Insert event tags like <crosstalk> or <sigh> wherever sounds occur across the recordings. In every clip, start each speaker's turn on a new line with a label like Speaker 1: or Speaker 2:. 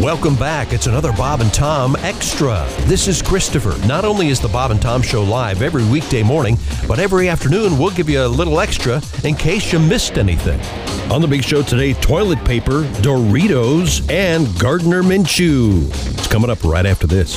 Speaker 1: Welcome back. It's another Bob and Tom Extra. This is Christopher. Not only is the Bob and Tom Show live every weekday morning, but every afternoon we'll give you a little extra in case you missed anything.
Speaker 2: On the big show today, toilet paper, Doritos, and Gardner Minshew. It's coming up right after this.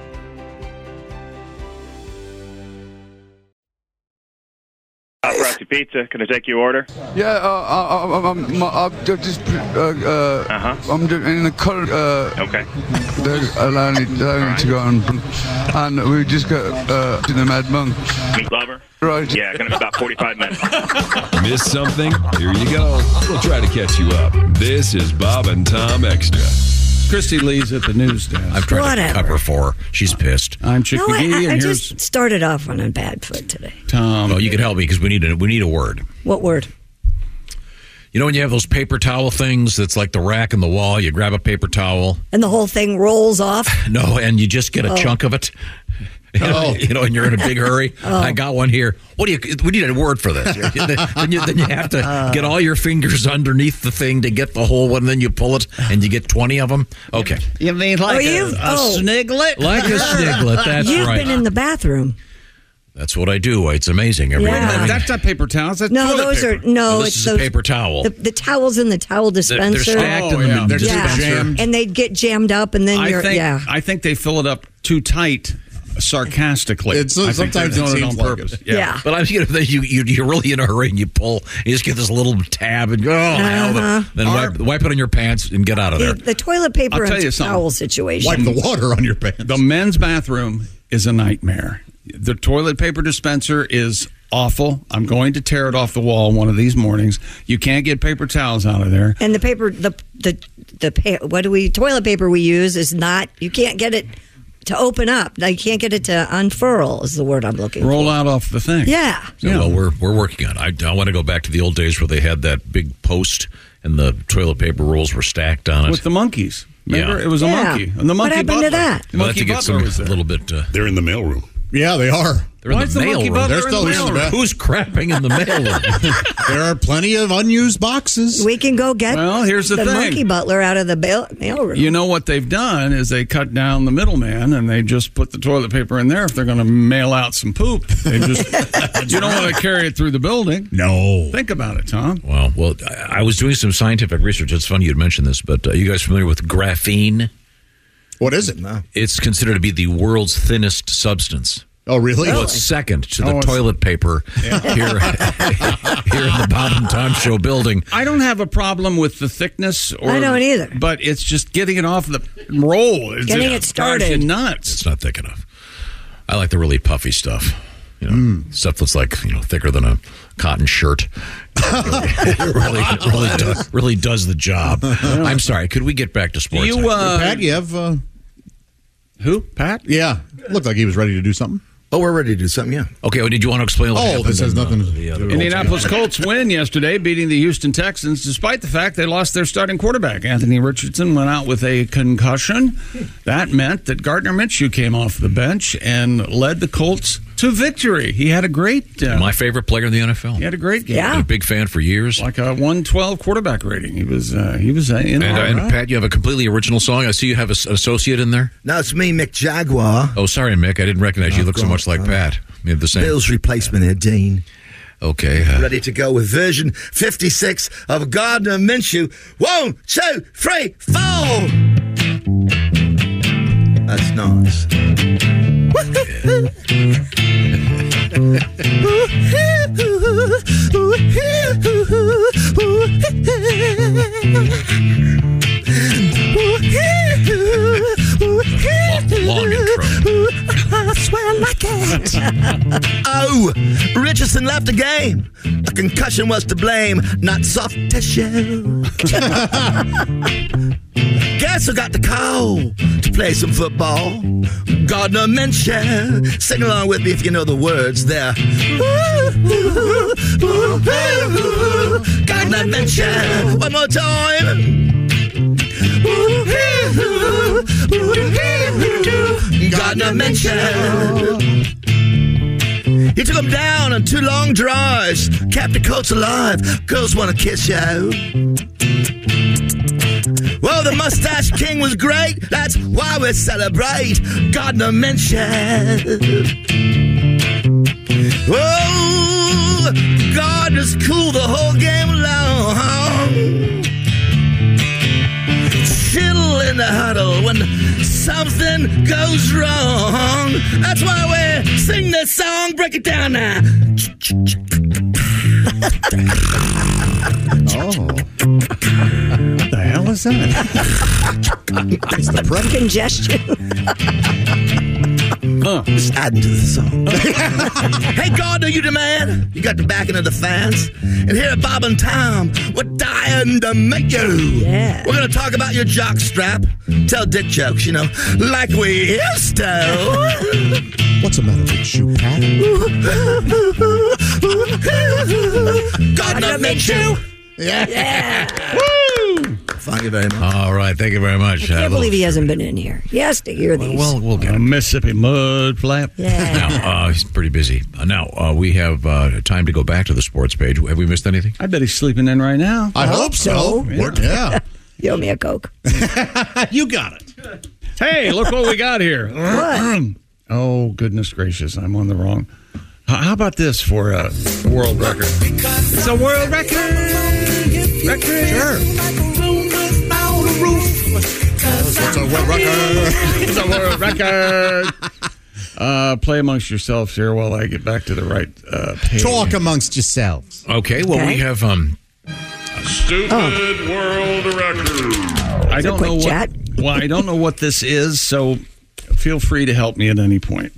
Speaker 3: Uh, Frosty Pizza. Can I take your order?
Speaker 4: Yeah, uh, I, I, I'm, I'm, I'm just uh, uh,
Speaker 3: Uh-huh.
Speaker 4: I'm just in the car. Uh,
Speaker 3: Okay.
Speaker 4: there's allowing it, allowing it to go on, and we just got uh, to the Mad Monk.
Speaker 3: Meat lover.
Speaker 4: Right.
Speaker 3: Yeah, gonna be about 45 minutes.
Speaker 5: Miss something? Here you go. We'll try to catch you up. This is Bob and Tom Extra.
Speaker 6: Christy Lee's at the news desk.
Speaker 7: I've tried
Speaker 8: Whatever.
Speaker 7: to cover for her. She's pissed.
Speaker 6: I'm Chick
Speaker 8: No,
Speaker 6: McGee,
Speaker 8: I, I- I
Speaker 6: and here's
Speaker 8: just started off on a bad foot today.
Speaker 6: Tom.
Speaker 7: Well, oh, you can help me because we need a we need a word.
Speaker 8: What word?
Speaker 7: You know when you have those paper towel things that's like the rack and the wall. You grab a paper towel,
Speaker 8: And the whole thing
Speaker 7: <laughs>
Speaker 8: rolls off.
Speaker 7: no, and you just
Speaker 8: Oh.
Speaker 7: get a chunk of it. <laughs> You know, you know, and you're in a big
Speaker 8: <laughs>
Speaker 7: hurry.
Speaker 8: Oh.
Speaker 7: I got one here. What do you? We need a word for this. then, you, then you have to
Speaker 8: Uh.
Speaker 7: get all your fingers underneath the thing to get the whole one. Then you pull it, and you get twenty of them. Okay,
Speaker 9: You mean like
Speaker 8: Oh,
Speaker 9: a,
Speaker 8: you've-
Speaker 9: a
Speaker 8: oh.
Speaker 9: sniglet?
Speaker 7: like a sniglet. That's
Speaker 8: You've
Speaker 7: right.
Speaker 8: been in the bathroom.
Speaker 7: that's what I do. It's amazing. Every
Speaker 8: Yeah.
Speaker 7: morning.
Speaker 6: That's not paper towels. That's
Speaker 8: uh, No,
Speaker 6: toilet
Speaker 8: those
Speaker 6: paper.
Speaker 8: are no.
Speaker 7: Well, Oh, this
Speaker 8: it's
Speaker 7: is a
Speaker 8: those,
Speaker 7: paper towel.
Speaker 8: The, the towels in the towel
Speaker 7: They're, they're
Speaker 8: dispenser.
Speaker 7: stacked
Speaker 6: Oh,
Speaker 7: in the
Speaker 6: yeah. They're
Speaker 8: yeah,
Speaker 7: dispenser.
Speaker 8: and they'd get jammed up, and then
Speaker 9: I
Speaker 8: you're
Speaker 9: think
Speaker 8: yeah.
Speaker 9: I think they fill it up too tight, sarcastically.
Speaker 10: It's-
Speaker 9: I think they're
Speaker 10: sometimes it
Speaker 9: doing it on
Speaker 10: seems like
Speaker 9: purpose.
Speaker 10: it.
Speaker 9: Yeah.
Speaker 7: But I'm you know, you you you're really in a hurry and you pull, you just get this little tab and go, oh, hell,
Speaker 8: Uh-huh.
Speaker 7: then wipe, wipe it on your pants and get out of there.
Speaker 8: The, the toilet paper
Speaker 9: I'll tell you
Speaker 8: and
Speaker 9: something.
Speaker 8: towel situation.
Speaker 10: Wipe the water on your pants.
Speaker 9: The men's bathroom is a nightmare. The toilet paper dispenser is awful. I'm going to tear it off the wall one of these mornings. You can't get paper towels out of there.
Speaker 8: and the paper, the the the pa- what do we toilet paper we use is not. You can't get it to open up. Like, You can't get it to unfurl. Is the word I'm looking.
Speaker 9: Roll
Speaker 8: for.
Speaker 9: out off the thing.
Speaker 8: Yeah.
Speaker 7: So, Well, we're we're working on. It. I, I want to go back to the old days where they had that big post and the toilet paper rolls were stacked on it.
Speaker 9: With the monkeys. Remember,
Speaker 7: Yeah.
Speaker 9: it was a
Speaker 8: Yeah.
Speaker 9: monkey. And the
Speaker 8: What
Speaker 9: monkey
Speaker 8: happened to
Speaker 9: butler.
Speaker 8: that?
Speaker 9: The
Speaker 7: Well, I
Speaker 9: monkey
Speaker 7: think it's
Speaker 9: butler was
Speaker 7: a
Speaker 9: there.
Speaker 7: little bit. Uh,
Speaker 5: They're in the mailroom.
Speaker 10: Yeah, they are.
Speaker 7: They're in Why the is the mail monkey room. bug-
Speaker 10: They're
Speaker 7: they're in
Speaker 10: still
Speaker 7: the
Speaker 10: using
Speaker 7: mail
Speaker 10: that.
Speaker 7: room? Who's crapping in the mail <laughs> room?
Speaker 10: there are plenty of unused boxes.
Speaker 8: We can go get
Speaker 9: Well, here's the thing.
Speaker 8: monkey butler out of the bail- mailroom.
Speaker 9: You know what they've done is they cut down the middleman and they just put the toilet paper in there if they're going to mail out some poop.
Speaker 8: <laughs>
Speaker 9: They just you don't want to carry it through the building.
Speaker 7: No.
Speaker 9: Think about it, Tom.
Speaker 7: Wow. Well, I I was doing some scientific research. It's funny you'd mention this, but uh, you guys familiar with graphene?
Speaker 10: What is it?
Speaker 7: It's considered to be the world's thinnest substance.
Speaker 10: Oh, really?
Speaker 7: Well,
Speaker 10: Really?
Speaker 7: it's second to
Speaker 10: Oh,
Speaker 7: the
Speaker 10: it's-
Speaker 7: toilet paper <laughs> here, here in the Bob and Tom Show building.
Speaker 9: I don't have a problem with the thickness. Or,
Speaker 7: I don't
Speaker 8: either.
Speaker 9: But it's just getting it off the roll. It's
Speaker 7: Getting
Speaker 9: just
Speaker 7: it
Speaker 9: drives you
Speaker 7: started.
Speaker 9: nuts.
Speaker 7: It's not thick enough. I like the really puffy stuff. You know,
Speaker 10: Hmm.
Speaker 7: stuff that's like you know thicker than a cotton
Speaker 10: <laughs>
Speaker 7: shirt. It really, it really, does, really does the
Speaker 10: <laughs>
Speaker 7: job. I'm sorry. Could we get back to sports?
Speaker 10: you, uh, Pat, you have uh,
Speaker 9: who? Pat?
Speaker 10: Yeah, looked like he was ready to do something.
Speaker 11: Oh, we're ready to do something. Yeah.
Speaker 7: Okay. Well, did you want to explain? What
Speaker 10: Oh,
Speaker 7: happened
Speaker 10: this has
Speaker 7: in, uh,
Speaker 10: nothing. to
Speaker 7: the other
Speaker 9: Indianapolis Colts win yesterday, beating the Houston Texans, despite the fact they lost their starting quarterback. Anthony Richardson went out with a concussion. That meant that Gardner Minshew came off the bench and led the Colts to victory. He had a great, uh,
Speaker 7: My favorite player in the NFL.
Speaker 9: he had a great game.
Speaker 7: Been a big fan for years.
Speaker 9: like a one twelve quarterback rating. He was, uh, he was uh, in.
Speaker 7: And,
Speaker 9: all
Speaker 7: and
Speaker 9: right.
Speaker 7: Pat, you have a completely original song. I see you have a, an associate in there.
Speaker 11: No, it's me, Mick Jaguar.
Speaker 7: Oh, sorry, Mick. I didn't recognize you. You look so much like Pat. You have the same.
Speaker 11: Bill's replacement here, Dean.
Speaker 7: Okay. uh,
Speaker 11: Ready to go with version 56 of Gardner Minshew. One, two, three, four. That's nice. <laughs>
Speaker 7: Long intro.
Speaker 11: I swear like it. oh, Richardson left the game. A concussion was to blame, not soft tissue. Guess who got the call to play some football? Gardner Minshew. Sing along with me if you know the words there. Gardner Minshew. One more time. Gardner Minshew. He took 'em down on two long drives. Kept the Colts alive. Girls want to kiss you. Well, the Mustache King was great. That's why we celebrate Gardner Minshew. Oh, Gardner's cool the whole game long. Chill in the huddle when something goes wrong. That's why we sing this song. Break it down now.
Speaker 9: What the hell is that?
Speaker 10: It's the predator.
Speaker 8: Congestion.
Speaker 11: Just adding to the song. hey, Gardner, you the man. You got the backing of the fans. And here at Bob and Tom, we're dying to make you.
Speaker 8: Yeah.
Speaker 11: We're going to talk about your jock strap. Tell dick jokes, you know, like we used to.
Speaker 10: What's the matter with you, Pat?
Speaker 11: Gardner makes you.
Speaker 10: Yeah.
Speaker 11: Woo! Thank you very much.
Speaker 7: All right. Thank you very much.
Speaker 8: I can't believe he hasn't been in here. He has to hear these.
Speaker 7: Well, we'll get
Speaker 9: A Mississippi mud flap.
Speaker 8: yeah.
Speaker 7: Now, uh, he's pretty busy. Uh, now, uh, we have uh, time to go back to the sports page. Have we missed anything?
Speaker 9: I bet he's sleeping in right now.
Speaker 10: I hope so. We're- Yeah.
Speaker 8: You owe me a Coke.
Speaker 10: <laughs> you got it.
Speaker 9: Hey, look what we got here. <clears throat> oh, goodness gracious. I'm on the wrong. H- How about this for a world record? It's a world record. Record.
Speaker 10: It's a world record.
Speaker 9: It's a world record.
Speaker 10: <laughs>
Speaker 9: Uh, play amongst yourselves here while I get back to the right uh, page.
Speaker 10: Talk amongst yourselves.
Speaker 7: Okay. Well,
Speaker 8: Okay.
Speaker 7: we have. Um,
Speaker 3: Stupid world record.
Speaker 9: I don't
Speaker 8: quick
Speaker 9: know what.
Speaker 8: chat?
Speaker 9: <laughs> well, I don't know what this is, so feel free to help me at any point.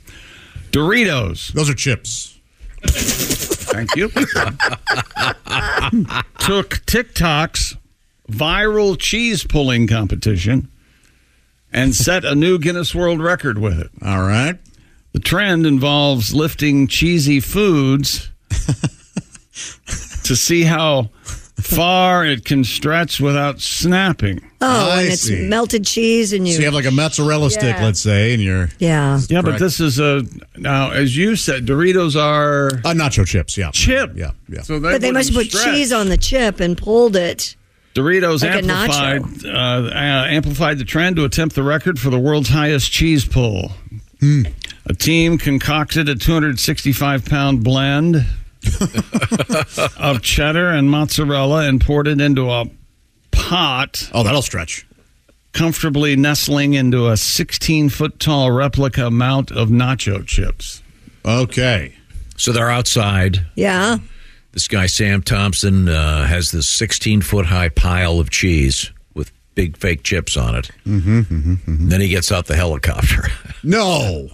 Speaker 9: Doritos.
Speaker 10: Those are chips.
Speaker 8: <laughs>
Speaker 9: Thank you. Took TikTok's viral cheese pulling competition and set a new Guinness World Record with it.
Speaker 10: All right.
Speaker 9: The trend
Speaker 8: <laughs>
Speaker 9: involves lifting cheesy foods to see how far it can stretch without snapping.
Speaker 8: Oh, and it's melted cheese, and you.
Speaker 10: So you have like a mozzarella stick,
Speaker 8: Yeah.
Speaker 10: let's say, and you're
Speaker 8: Yeah.
Speaker 9: Yeah, but
Speaker 10: Correct.
Speaker 9: this is a now as you said, Doritos are
Speaker 10: uh, nacho chips. Yeah,
Speaker 9: chip. Yeah,
Speaker 10: yeah.
Speaker 9: So they
Speaker 8: But they must have put
Speaker 9: wouldn't stretch.
Speaker 8: cheese on the chip and pulled it.
Speaker 9: Doritos
Speaker 8: Like a nacho.
Speaker 9: amplified uh, uh, amplified the trend to attempt the record for the world's highest cheese pull.
Speaker 10: Hmm.
Speaker 9: A team concocted a 265
Speaker 10: <laughs>
Speaker 9: pound blend of cheddar and mozzarella and poured it into a pot.
Speaker 10: Oh, that'll stretch.
Speaker 9: Comfortably nestling into a 16 foot tall replica mount of nacho chips.
Speaker 10: Okay.
Speaker 7: So they're outside.
Speaker 8: Yeah.
Speaker 7: This guy, Sam Thompson, uh, has this 16 foot high pile of cheese with big fake chips on it.
Speaker 10: Mm-hmm, mm-hmm.
Speaker 7: And then he gets out the helicopter. <laughs>
Speaker 10: No.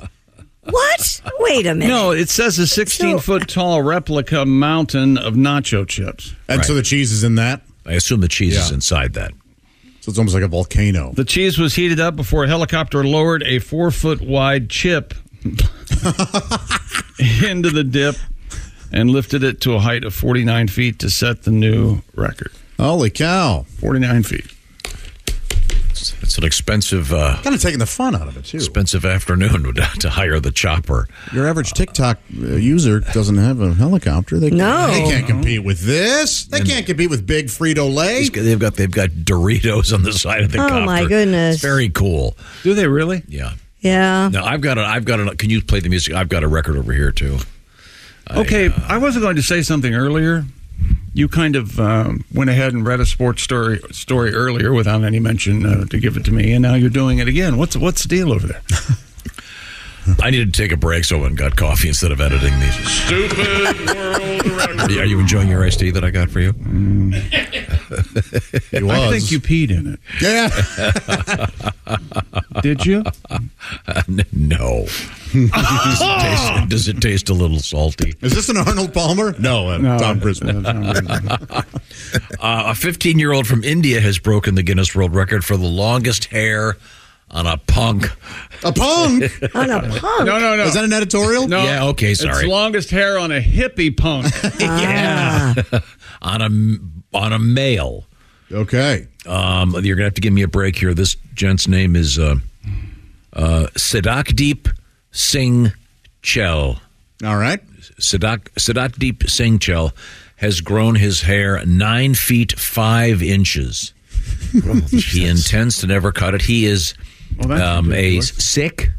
Speaker 8: What? Wait a minute.
Speaker 9: No, it says a 16 foot tall replica mountain of nacho chips.
Speaker 10: And so the cheese is in that.
Speaker 7: I assume the cheese is inside that.
Speaker 10: So it's almost like a volcano.
Speaker 9: The cheese was heated up before a helicopter lowered a four foot wide chip <laughs> into the dip and lifted it to a height of 49 feet to set the new record.
Speaker 10: Holy cow!
Speaker 9: 49 feet.
Speaker 7: It's an expensive, uh,
Speaker 10: Kind of taking the fun out of it too.
Speaker 7: expensive afternoon <laughs> to, to hire the chopper.
Speaker 10: Your average TikTok uh, user doesn't have a helicopter. They
Speaker 8: No.
Speaker 10: they can't compete with this. They can't compete with Big Frito Lay.
Speaker 7: These guys- They've got they've got Doritos on the side of the
Speaker 8: Oh,
Speaker 7: copter.
Speaker 8: my goodness.
Speaker 7: It's very cool.
Speaker 9: Do they really?
Speaker 7: Yeah.
Speaker 8: Yeah.
Speaker 7: No, I've got a. I've got a. Can you play the music? I've got a record over here too. uh,
Speaker 9: Okay, I uh, wasn't going to say something earlier. You kind of um, went ahead and read a sports story story earlier without any mention uh, to give it to me, and now you're doing it again. What's what's the deal over there?
Speaker 7: I needed to take a break, so I went and got coffee instead of editing these. <laughs>
Speaker 9: Stupid world
Speaker 7: Are you- are you enjoying your iced tea that I got
Speaker 10: <laughs>
Speaker 7: for you? <laughs>
Speaker 10: It
Speaker 9: I think you peed in it.
Speaker 10: Yeah.
Speaker 9: Did <laughs> you?
Speaker 7: N-
Speaker 10: <laughs>
Speaker 7: no. does, it taste, does it taste a little salty?
Speaker 10: Is this an Arnold Palmer? No, uh, Tom Brisbane.
Speaker 7: Uh, a 15 year old from India has broken the Guinness World Record for the longest hair on a punk.
Speaker 10: a punk.
Speaker 8: On a punk.
Speaker 9: <laughs> No, no, no.
Speaker 10: Is that an editorial?
Speaker 9: No.
Speaker 7: Yeah, okay, sorry.
Speaker 9: It's longest hair on a hippie punk.
Speaker 7: <laughs> yeah. on a on a male.
Speaker 10: Okay.
Speaker 7: Um, you're gonna have to give me a break here. This gent's name is uh, uh, Sadakdeep Singh Chell.
Speaker 10: All right.
Speaker 7: Sadak Sadakdeep Singh Chell has grown his hair nine feet five inches. he intends to never cut it. He is
Speaker 9: that's
Speaker 7: um, a Sikh,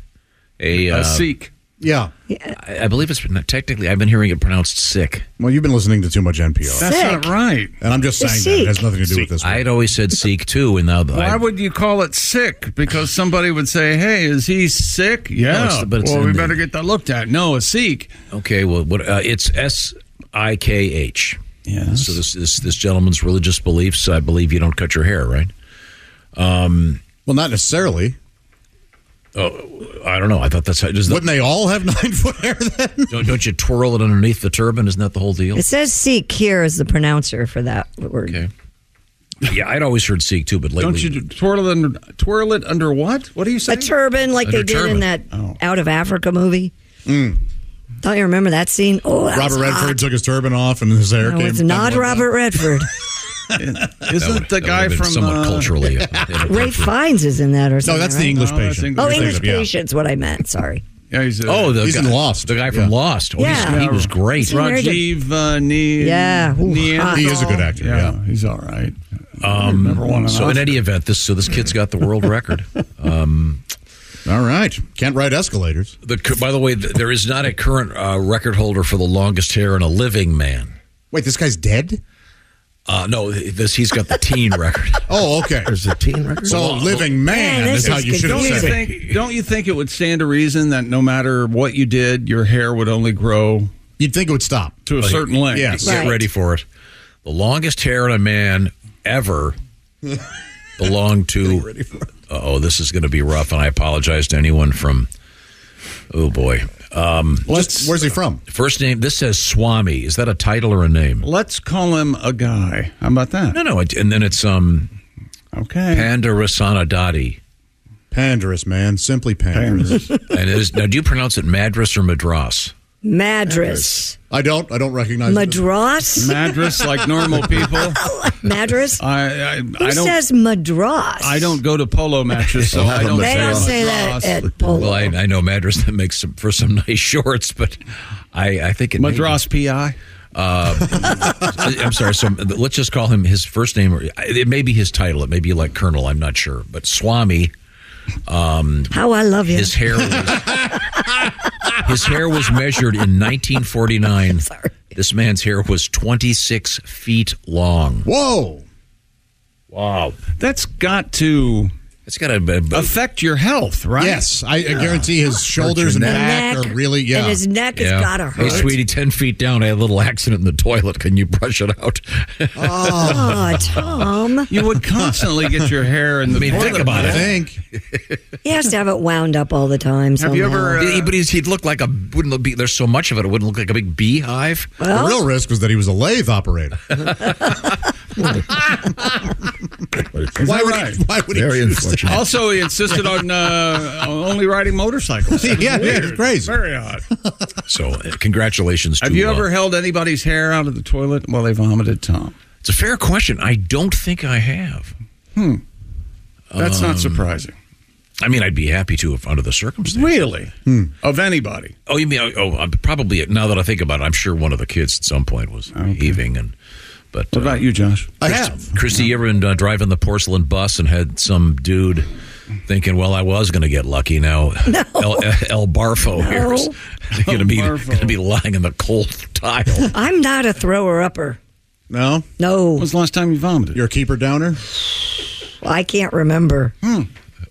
Speaker 7: a, uh,
Speaker 9: a Sikh.
Speaker 10: Yeah.
Speaker 7: I I believe it's technically. I've been hearing it pronounced sick.
Speaker 10: Well, you've been listening to too much NPR,
Speaker 9: That's not right.
Speaker 7: Oh,
Speaker 10: and I'm just
Speaker 8: You're
Speaker 10: saying that it has
Speaker 8: Sikh.
Speaker 10: nothing to do with this.
Speaker 7: I
Speaker 10: One.
Speaker 7: had always said seek too, and now the,
Speaker 9: Why
Speaker 7: I,
Speaker 9: would you call it sick? Because somebody would say, "Hey, is he sick?" Yeah.
Speaker 7: it's- but it's
Speaker 9: well,
Speaker 7: in
Speaker 9: we
Speaker 7: the-
Speaker 9: better get that looked at. No, a Sikh.
Speaker 7: okay. Well, what uh, it's S I K H.
Speaker 9: Yes.
Speaker 7: So this, this this gentleman's religious beliefs. I believe you don't cut your hair, right?
Speaker 10: Well, not necessarily.
Speaker 7: I don't know. I thought that's how. Does the,
Speaker 10: Wouldn't they all have <laughs> nine foot hair then?
Speaker 7: don't, don't you twirl it underneath the turban? Isn't that the whole deal?
Speaker 8: It says Sikh here is the pronouncer for that word.
Speaker 7: Okay. Yeah, I'd always heard seek too, but lately
Speaker 9: Don't you do- twirl it under twirl it under what? What do you say?
Speaker 8: A turban like
Speaker 7: Under
Speaker 8: they did
Speaker 7: turban.
Speaker 8: in that Out of Africa movie. Don't you remember that scene? Oh, that was
Speaker 10: Robert
Speaker 8: hot.
Speaker 10: Redford took his turban off, and his hair
Speaker 8: No,
Speaker 10: came.
Speaker 8: it's not
Speaker 10: coming like that.
Speaker 8: Robert Redford.
Speaker 9: Isn't
Speaker 7: That
Speaker 9: the
Speaker 7: would have
Speaker 9: guy
Speaker 7: been
Speaker 9: from
Speaker 7: somewhat
Speaker 9: uh, <laughs>
Speaker 7: culturally?
Speaker 8: Ray
Speaker 7: inappropriate.
Speaker 8: Fiennes is in that or
Speaker 10: No,
Speaker 8: something.
Speaker 10: that's the
Speaker 8: right?
Speaker 10: English
Speaker 9: No, that's
Speaker 10: patient.
Speaker 9: English
Speaker 8: Oh,
Speaker 9: patient.
Speaker 8: English
Speaker 10: Yeah.
Speaker 8: Patient's what I meant. Sorry.
Speaker 9: Yeah, he's a,
Speaker 7: Oh, the
Speaker 10: He's
Speaker 7: guy,
Speaker 10: in Lost.
Speaker 7: The guy from
Speaker 10: Yeah.
Speaker 7: Lost. Oh, he's-
Speaker 8: Yeah.
Speaker 7: he was great.
Speaker 8: Right.
Speaker 9: Rajiv uh, Ne-
Speaker 8: Yeah, ooh,
Speaker 9: Neanderthal.
Speaker 10: He is a good actor.
Speaker 9: Oh, Yeah,
Speaker 10: Yeah.
Speaker 9: he's all right. Um, never won an
Speaker 7: So in
Speaker 9: Oscar.
Speaker 7: any event, this so this kid's got the world
Speaker 9: <laughs>
Speaker 7: record.
Speaker 10: All right. Can't ride escalators.
Speaker 7: The, cu- by the way, th- there is not a current uh, record holder for the longest hair in a living man.
Speaker 10: Wait, this guy's dead?
Speaker 7: Uh, no, this he's got the teen record.
Speaker 10: Oh, okay.
Speaker 7: the teen record.
Speaker 10: So living man
Speaker 8: Man,
Speaker 10: is
Speaker 8: this
Speaker 10: how
Speaker 8: is
Speaker 10: you should have
Speaker 9: Don't you
Speaker 10: said it.
Speaker 9: think? Don't you think it would stand to reason that no matter what you did, your hair would only grow
Speaker 10: You'd think it would stop.
Speaker 9: to a certain length?
Speaker 10: Yes.
Speaker 7: get
Speaker 8: Right.
Speaker 7: ready for it. The longest hair in a man ever belonged to. Oh, this is going to be rough, and I apologize to anyone from. Oh boy,
Speaker 10: Just, where's he from?
Speaker 7: first name. This says Swami. Is that a title or a name?
Speaker 9: Let's call him a guy. How about that?
Speaker 7: No, no. It, and then it's um
Speaker 9: Okay.
Speaker 7: Pandarasana Dadi.
Speaker 10: Pandarus, man. Simply pandarus.
Speaker 7: And it is, now, do you pronounce it Madras or Madras?
Speaker 8: Madras.
Speaker 10: <laughs> I don't. I don't recognize
Speaker 9: <laughs>
Speaker 8: Madras?
Speaker 9: Madras, like normal people.
Speaker 8: Madras?
Speaker 9: I, I,
Speaker 8: Who
Speaker 9: I don't.
Speaker 8: says Madras?
Speaker 9: I don't go to polo matches, so I don't.
Speaker 8: They don't say that at polo.
Speaker 7: Well, I, I know Madras that makes some, for some <laughs> nice shorts, but I, I think it <laughs>
Speaker 9: Madras PI.
Speaker 7: Uh, I'm sorry. So let's just call him his first name. or- It may be his title. It may be like Colonel. I'm not sure. But Swami. Um,
Speaker 8: How I love you.
Speaker 7: His hair was, his hair was measured in 1949. This man's hair was 26 feet long.
Speaker 10: Whoa!
Speaker 7: Wow.
Speaker 9: That's got to.
Speaker 7: It's got to
Speaker 9: affect your health, right?
Speaker 10: Yes, I, I guarantee his shoulders and
Speaker 7: Hurt your
Speaker 10: back
Speaker 7: neck.
Speaker 10: are really yeah.
Speaker 7: Yeah. Hey, sweetie, 10 feet down, I had a little accident in the toilet. Can you brush it out? <laughs>
Speaker 8: Oh, Tom.
Speaker 9: You would constantly get your hair in the.
Speaker 7: I mean, think about it.
Speaker 8: He has to have it wound up all the time. somehow.
Speaker 9: uh,
Speaker 7: Yeah, but he's, he'd look like a wouldn't look be there's so much of it it wouldn't look like a big
Speaker 9: <laughs>
Speaker 7: beehive.
Speaker 8: Well-
Speaker 10: the real risk was that he was a lathe operator. why would he? Why would he choose that?
Speaker 9: Also, he insisted on uh, on only riding motorcycles.
Speaker 10: Yeah, yeah,
Speaker 9: Weird.
Speaker 10: it's crazy.
Speaker 9: Very odd.
Speaker 7: So uh, congratulations.
Speaker 9: Have
Speaker 7: to,
Speaker 9: you
Speaker 7: uh,
Speaker 9: ever held anybody's hair out of the toilet while they vomited, Tom?
Speaker 7: It's a fair question. I don't think I have.
Speaker 9: Hmm. That's
Speaker 7: Um,
Speaker 9: not surprising.
Speaker 7: I mean, I'd be happy to if under the circumstances.
Speaker 9: Really? Of anybody?
Speaker 7: Oh, you mean? Oh, I'm probably. Now that I think about it, I'm sure one of the kids at some point was heaving and. But what
Speaker 9: about you, Josh?
Speaker 10: I
Speaker 7: have. Christy, you ever been uh, driving the porcelain bus and had some dude thinking, "Well, I was going to get lucky
Speaker 9: <laughs>
Speaker 7: now." El, El Barfo here is going to be going to be lying in the cold tile.
Speaker 8: I'm not a thrower upper.
Speaker 10: No,
Speaker 8: no. When
Speaker 9: was the last time you vomited?
Speaker 10: You're a keeper downer.
Speaker 8: I can't remember.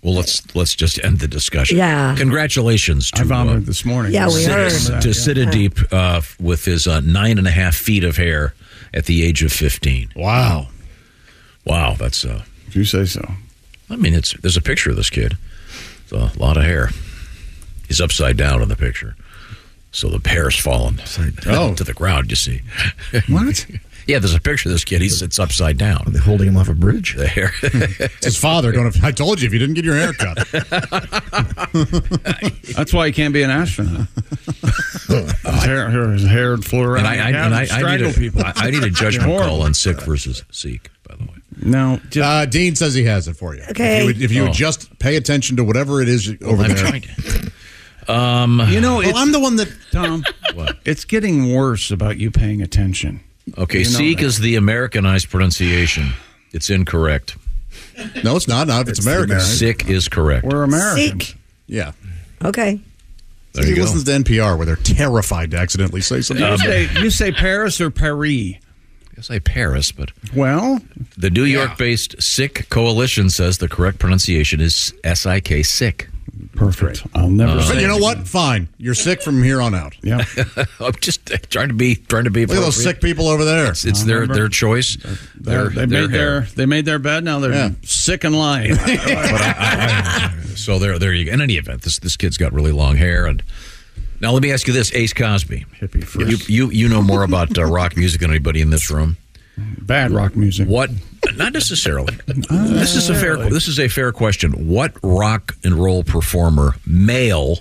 Speaker 7: Well, let's let's just end the discussion.
Speaker 8: Yeah.
Speaker 7: Congratulations to I vomited
Speaker 9: this morning.
Speaker 8: Yeah, we heard.
Speaker 7: to Sidideep uh, with his uh, nine and a half feet of hair at the age of fifteen.
Speaker 10: Wow.
Speaker 7: Wow, that's. Uh,
Speaker 9: if you say so.
Speaker 7: I mean, it's there's a picture of this kid. It's a lot of hair. He's upside down in the picture, so the hair's fallen <laughs>
Speaker 12: Oh.
Speaker 7: to the ground. You see.
Speaker 9: What?
Speaker 7: yeah, there's a picture of this kid. He sits upside down. Are
Speaker 12: they holding him off a bridge?
Speaker 7: The hair.
Speaker 10: It's his father. Going. To, I told you if you didn't get your hair cut.
Speaker 9: That's why you can't be an astronaut. his hair, hair, his hair flew
Speaker 7: And
Speaker 9: around.
Speaker 7: I, I,
Speaker 9: Yeah,
Speaker 7: and I, I,
Speaker 9: strangle
Speaker 7: need a,
Speaker 9: people.
Speaker 7: I, I need a
Speaker 9: They're
Speaker 7: judgment
Speaker 9: horrible.
Speaker 7: call on sick versus seek.
Speaker 9: No,
Speaker 10: uh, Dean says he has it for you.
Speaker 9: Okay.
Speaker 10: If you would, if you would
Speaker 7: Oh.
Speaker 10: just pay attention to whatever it is you- over
Speaker 7: I'm
Speaker 10: there.
Speaker 7: trying Um,
Speaker 9: You know,
Speaker 10: Well,
Speaker 9: it's,
Speaker 10: I'm the one that
Speaker 9: Tom. <laughs> It's getting worse about you paying attention.
Speaker 7: Okay,
Speaker 9: You know
Speaker 7: seek
Speaker 9: that.
Speaker 7: is the Americanized pronunciation. It's incorrect.
Speaker 10: No, it's not. Not if it's,
Speaker 7: It's the
Speaker 10: American.
Speaker 7: American. Sick is correct.
Speaker 9: We're
Speaker 8: American. Sick.
Speaker 10: Yeah.
Speaker 8: Okay.
Speaker 7: There
Speaker 10: he
Speaker 7: you go. Um,
Speaker 10: listens to NPR where they're terrified to accidentally say something.
Speaker 9: You, say, you say Paris or Paris?
Speaker 7: I say Paris, but
Speaker 9: well,
Speaker 7: The New York-based Sick Coalition says the correct pronunciation is S I K sick.
Speaker 9: perfect. I'll never.
Speaker 7: Uh,
Speaker 9: say
Speaker 10: but you
Speaker 9: it
Speaker 10: know
Speaker 9: again.
Speaker 10: what? Fine. You're sick from here on out.
Speaker 9: Yeah.
Speaker 7: <laughs> I'm just trying to be trying to be.
Speaker 10: Look at those
Speaker 7: appropriate.
Speaker 10: sick people over there.
Speaker 7: It's, it's their their choice.
Speaker 9: They're- they made their they made their bed. Now they're
Speaker 7: Yeah.
Speaker 9: sick and lying.
Speaker 7: So there there you go. In any event, this this kid's got really long hair and. Now let me ask you this, Ace Cosby.
Speaker 9: Hippie first.
Speaker 7: You you, you know more about uh, rock music than anybody in this room.
Speaker 9: Bad rock music.
Speaker 7: What? Not necessarily. this is a fair. This is a fair question. What rock and roll performer, male,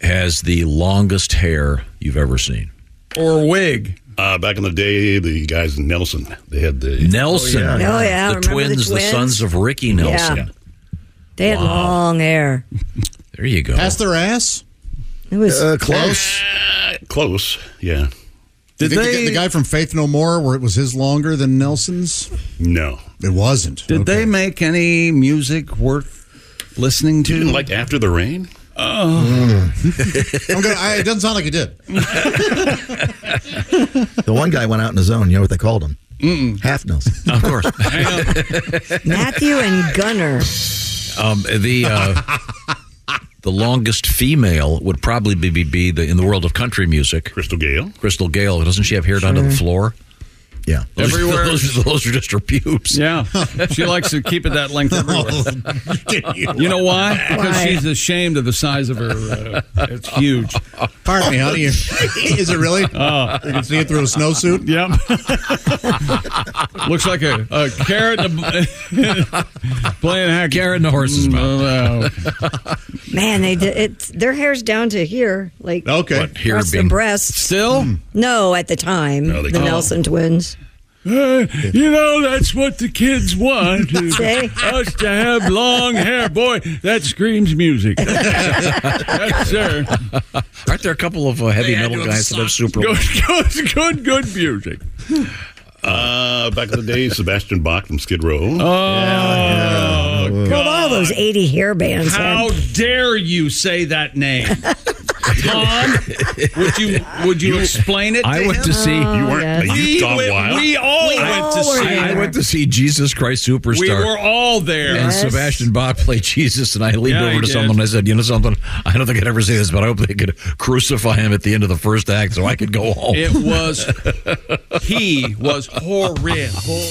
Speaker 7: has the longest hair you've ever seen?
Speaker 9: or wig.
Speaker 13: Uh, back in the day, the guys in Nelson, they had the
Speaker 7: Nelson.
Speaker 8: Oh, yeah. Oh, yeah.
Speaker 7: The
Speaker 8: Remember the
Speaker 7: twins, the,
Speaker 8: twins?
Speaker 7: sons of Ricky Nelson.
Speaker 8: Yeah. They had
Speaker 7: Wow.
Speaker 8: long hair.
Speaker 7: There you go.
Speaker 10: Past their ass?
Speaker 8: It was
Speaker 9: Uh.
Speaker 10: Uh,
Speaker 13: Uh, close. Yeah,
Speaker 10: Did
Speaker 13: Did
Speaker 10: you think they,
Speaker 13: they-
Speaker 10: the guy from Faith No More, where it was his longer than Nelson's?
Speaker 13: No,
Speaker 10: it wasn't.
Speaker 9: Did they make any music worth listening to?
Speaker 13: like After the Rain.
Speaker 9: Oh,
Speaker 10: I'm gonna, I, it doesn't sound like it did.
Speaker 12: The one guy went out in his own. You know what they called him? Half Nelson.
Speaker 7: Of
Speaker 8: <laughs>
Speaker 7: course.
Speaker 8: Matthew and Gunner.
Speaker 7: Um, the uh, the longest female would probably be, be the in the world of country music.
Speaker 13: Crystal Gale.
Speaker 7: Crystal Gale. Doesn't she have hair down to the
Speaker 12: Sure.
Speaker 7: floor? <laughs>
Speaker 12: Yeah.
Speaker 7: Those are-
Speaker 9: Everywhere.
Speaker 7: those, are, those are just her pubes.
Speaker 9: yeah. <laughs> She likes to keep it that length everywhere. you know why? Because
Speaker 10: Why?
Speaker 9: she's ashamed of the size of her. Uh, it's huge.
Speaker 10: <laughs> Pardon me, <laughs> honey. Is it really?
Speaker 9: Oh.
Speaker 10: You can see it through a snowsuit?
Speaker 9: Yep. Looks like a, a carrot in a, <laughs> playing hacky.
Speaker 7: Carrot in a horse's
Speaker 9: mouth.
Speaker 8: Man, they did, it's their hair's down to here, like
Speaker 10: Okay. What, hair
Speaker 8: across
Speaker 10: being-
Speaker 8: the breast.
Speaker 9: Still?
Speaker 8: No, at the time,
Speaker 9: No, they
Speaker 8: the
Speaker 9: can't.
Speaker 8: Nelson twins.
Speaker 9: uh, you know, that's what the kids want is
Speaker 8: See?
Speaker 9: us to have long hair. Boy, that screams music. yes, sir.
Speaker 7: Aren't there a couple of uh, heavy
Speaker 9: Yeah,
Speaker 7: metal
Speaker 9: doing
Speaker 7: guys that have super long?
Speaker 9: Good, good, good, good music.
Speaker 14: Uh, back in the day, Sebastian Bach from Skid Row. Oh,
Speaker 8: Well, all those 80 hair bands.
Speaker 9: How
Speaker 8: had-
Speaker 9: dare you say that name? Tom, would you would you explain it?
Speaker 7: <laughs> I
Speaker 9: to
Speaker 7: went
Speaker 9: him?
Speaker 7: to see.
Speaker 9: We, went, we all went to see.
Speaker 7: I went to see Jesus Christ Superstar.
Speaker 9: We were all there.
Speaker 7: And Sebastian Bach played Jesus, and I leaned
Speaker 9: Yeah,
Speaker 7: over
Speaker 9: he
Speaker 7: to
Speaker 9: did.
Speaker 7: someone and I said, "You know something? I don't think I'd ever say this, but I hope they could crucify him at the end of the first act, so I could go home."
Speaker 9: It was. he
Speaker 7: <laughs>
Speaker 9: was horrible.